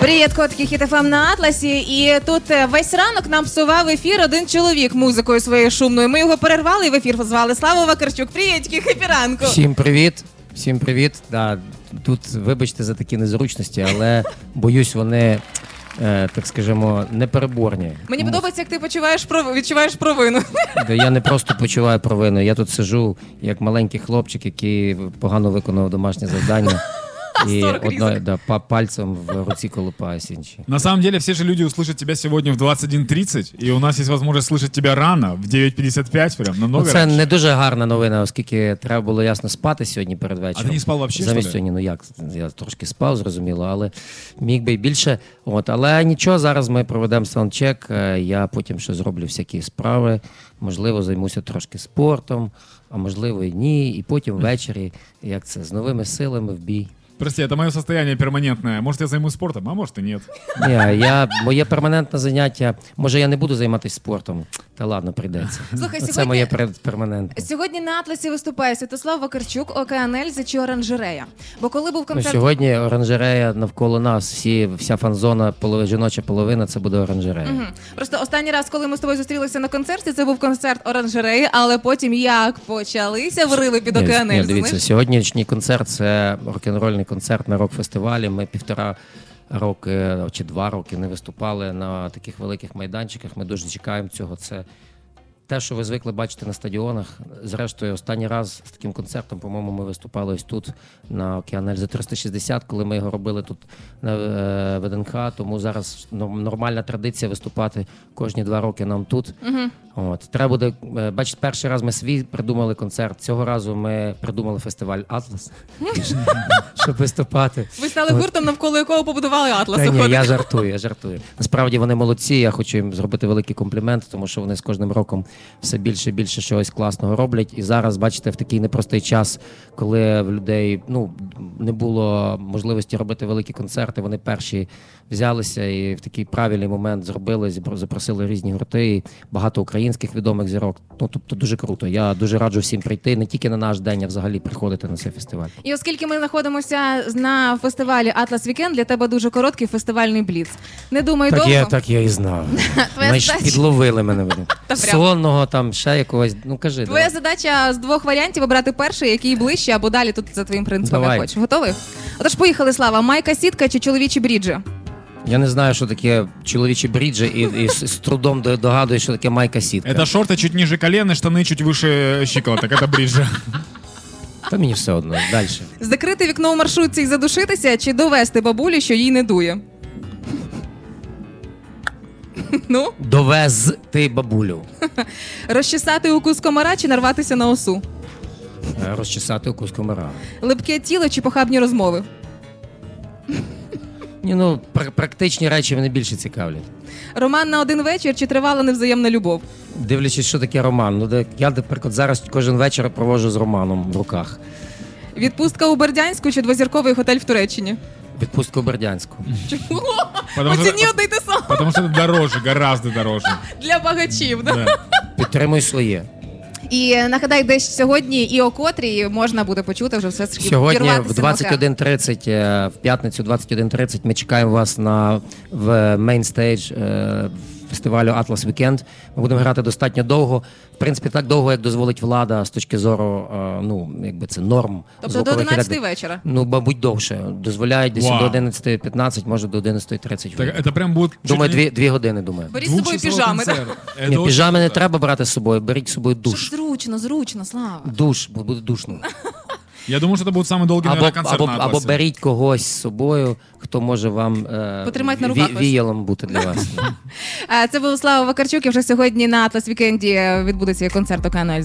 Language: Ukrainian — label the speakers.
Speaker 1: Привіт, котики Хіт-ФМ на Атласі. І тут е, весь ранок нам псував ефір один чоловік музикою своєю шумною. Ми його перервали і в ефір позвали. Слава Вакарчук. Привіт, хепі ранку.
Speaker 2: Всім привіт. Всім привіт. Да, тут вибачте за такі незручності, але боюсь, вони, е, так скажімо, непереборні.
Speaker 1: Мені
Speaker 2: Тому
Speaker 1: подобається, як ти почуваєш пров... відчуваєш провину.
Speaker 2: що Я не просто почуваю провину. Я тут сижу як маленький хлопчик, який погано виконував домашнє завдання. І
Speaker 1: 40
Speaker 2: одно,
Speaker 1: різок.
Speaker 2: да, па- пальцем в руці колупаюсь інші.
Speaker 3: На самом деле, все же люди услышат тебя сегодня в 21.30, и у нас есть возможность слышать тебя рано, в 9.55 прям,
Speaker 2: Ну,
Speaker 3: намного
Speaker 2: це
Speaker 3: раньше.
Speaker 2: не дуже гарна новина, оскільки треба було ясно спати сьогодні перед вечором.
Speaker 3: А ти не спав вообще,
Speaker 2: Замість
Speaker 3: що ли?
Speaker 2: сьогодні, ну як, я трошки спав, зрозуміло, але міг би й більше. От, але нічого, зараз ми проведемо саундчек. е, Я потім ще зроблю всякі справи. Можливо, займуся трошки спортом, а можливо, і ні. І потім ввечері, як це, з новими силами в бій.
Speaker 3: Прости, это мое состояние перманентное. Может, я займусь спортом, а может и нет.
Speaker 2: Ні, я, моє перманентне заняття. Може, я не буду займатися спортом. Та ладно, прийдеться.
Speaker 1: Слухай,
Speaker 2: Це
Speaker 1: сьогодні-
Speaker 2: моє пер- перманентне.
Speaker 1: Сьогодні на Атласі виступає Святослав Вакарчук, ОКН Ельзи чи Оранжерея. Бо коли був
Speaker 2: Ну,
Speaker 1: концерт
Speaker 2: сьогодні оранжерея навколо нас. Всі, вся фан-зона, полови- жіноча половина це буде оранжерея.
Speaker 1: Мгм. Просто останній раз, коли ми з тобою зустрілися на концерті, це був концерт оранжереї, але потім як почалися вриви під
Speaker 2: Ні,
Speaker 1: океанель.
Speaker 2: ні, дивіться, сьогоднішній концерт це рок-н-рольний концерт на рок-фестивалі. Ми півтора роки чи два роки не виступали на таких великих майданчиках. Ми дуже чекаємо цього. Це те, що ви звикли бачити на стадіонах. Зрештою, останній раз з таким концертом, по-моєму, ми виступали ось тут на Океан Ельзи 360, коли ми його робили тут на е, ВДНХ. Тому зараз нор- нормальна традиція виступати кожні два роки нам тут. От треба буде е, бачите, перший раз ми свій придумали концерт. Цього разу ми придумали фестиваль Атлас, щоб виступати.
Speaker 1: Ви стали гуртом, навколо якого побудували атлас.
Speaker 2: Та ні,
Speaker 1: виходить.
Speaker 2: я жартую, я жартую. Насправді вони молодці. Я хочу їм зробити великий комплімент, тому що вони з кожним роком все більше і більше чогось класного роблять. І зараз, бачите, в такий непростий час, коли в людей ну не було можливості робити великі концерти, вони перші взялися і в такий правильний момент зробили, зібр- запросили різні гурти, і багато українських відомих зірок. Ну тобто дуже круто. Я дуже раджу всім прийти не тільки на наш день, а взагалі приходити на цей фестиваль.
Speaker 1: І оскільки ми знаходимося на фестивалі Атлас Вікенд, для тебе дуже короткий фестивальний бліц. Не думай
Speaker 2: Так
Speaker 1: довго.
Speaker 2: я, так я і знав.
Speaker 1: Твоя
Speaker 2: Знаєш,
Speaker 1: задача-
Speaker 2: підловили мене. вони.
Speaker 1: прям.
Speaker 2: Сонного там ще якогось. Ну кажи,
Speaker 1: Твоя
Speaker 2: давай.
Speaker 1: задача з двох варіантів обрати перший, який ближче, або далі тут за твоїм принципом
Speaker 2: Давай.
Speaker 1: як хочеш. Готовий? Отож, поїхали, Слава. Майка сітка чи чоловічі бріджі?
Speaker 2: я не знаю, що таке чоловічі бріджі, і, і з, з трудом до- догадуюсь, що таке майка сітка.
Speaker 3: Это шорты чуть ниже колен и штаны чуть выше щиколоток. Это бриджа.
Speaker 2: Та мені все одно. Далі.
Speaker 1: Закрити вікно у маршрутці і задушитися, чи довести бабулі, що їй не дує? Ну,
Speaker 2: Довезти бабулю,
Speaker 1: розчесати укус комара чи нарватися на осу.
Speaker 2: Е, розчесати укус комара.
Speaker 1: Липке тіло чи похабні розмови.
Speaker 2: Ні, ну пр- практичні речі мене більше цікавлять.
Speaker 1: Роман на один вечір чи тривала невзаємна любов.
Speaker 2: Дивлячись, що таке роман. Ну де я, наприклад, зараз кожен вечір провожу з романом в руках.
Speaker 1: Відпустка у Бердянську чи двозірковий готель в Туреччині.
Speaker 2: Відпустку в Бердянську.
Speaker 1: Чому?
Speaker 3: Потому
Speaker 1: Оціні
Speaker 3: что,
Speaker 1: одне й те саме
Speaker 3: потому что это дороже, гораздо дороже.
Speaker 1: для багачів. Да?
Speaker 3: Да.
Speaker 2: Підтримуй своє.
Speaker 1: І е, нагадай, десь сьогодні і о котрій можна буде почути вже все ж таки
Speaker 2: Сьогодні в
Speaker 1: вірватися на океан.
Speaker 2: 21.30, е, в п'ятницю 21.30 ми чекаємо вас на в мейнстейдж фестивалю Атлас Вікенд. Ми будемо грати достатньо довго. В принципі, так довго, як дозволить влада з точки зору е, ну якби це норм.
Speaker 1: Тобто до
Speaker 2: звукових і так
Speaker 1: 11
Speaker 2: далі.
Speaker 1: вечора.
Speaker 2: Ну, мабуть, довше. Дозволяють десь
Speaker 3: Вау.
Speaker 2: до 11.15, може до 11.30.
Speaker 3: Так, это прям будет... чуть
Speaker 2: Думаю,
Speaker 3: ли
Speaker 2: дві, дві години. Думаю.
Speaker 1: Беріть з собою
Speaker 3: двухчасовой
Speaker 1: піжами. Да?
Speaker 3: концерт. Это
Speaker 2: Ні,
Speaker 3: очень
Speaker 2: піжами не
Speaker 3: круто.
Speaker 2: треба брати з собою. Беріть з собою
Speaker 1: Щоб
Speaker 2: душ.
Speaker 1: зручно, зручно, слава.
Speaker 2: Душ, бо буде душно.
Speaker 3: Я думаю, что это будет самый долгий,
Speaker 2: або,
Speaker 3: наверное, концерт
Speaker 2: або,
Speaker 3: на
Speaker 2: або
Speaker 3: Атласе.
Speaker 2: беріть когось з собою, хто може вам е,
Speaker 1: Потримати на руках
Speaker 2: ві-
Speaker 1: ось.
Speaker 2: віялом бути для вас.
Speaker 1: Е, Це був Слава Вакарчук. І вже сьогодні на Атлас Вікенді е, відбудеться концерт «Океан Ельзи».